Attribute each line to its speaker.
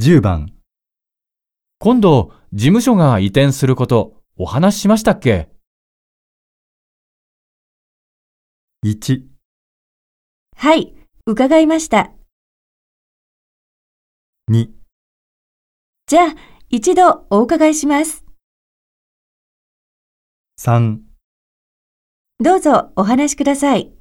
Speaker 1: 10番、
Speaker 2: 今度、事務所が移転すること、お話ししましたっけ
Speaker 1: 1、
Speaker 3: はい、伺いました。
Speaker 1: 2、
Speaker 3: じゃあ、一度お伺いします。
Speaker 1: 3
Speaker 3: どうぞお話しください。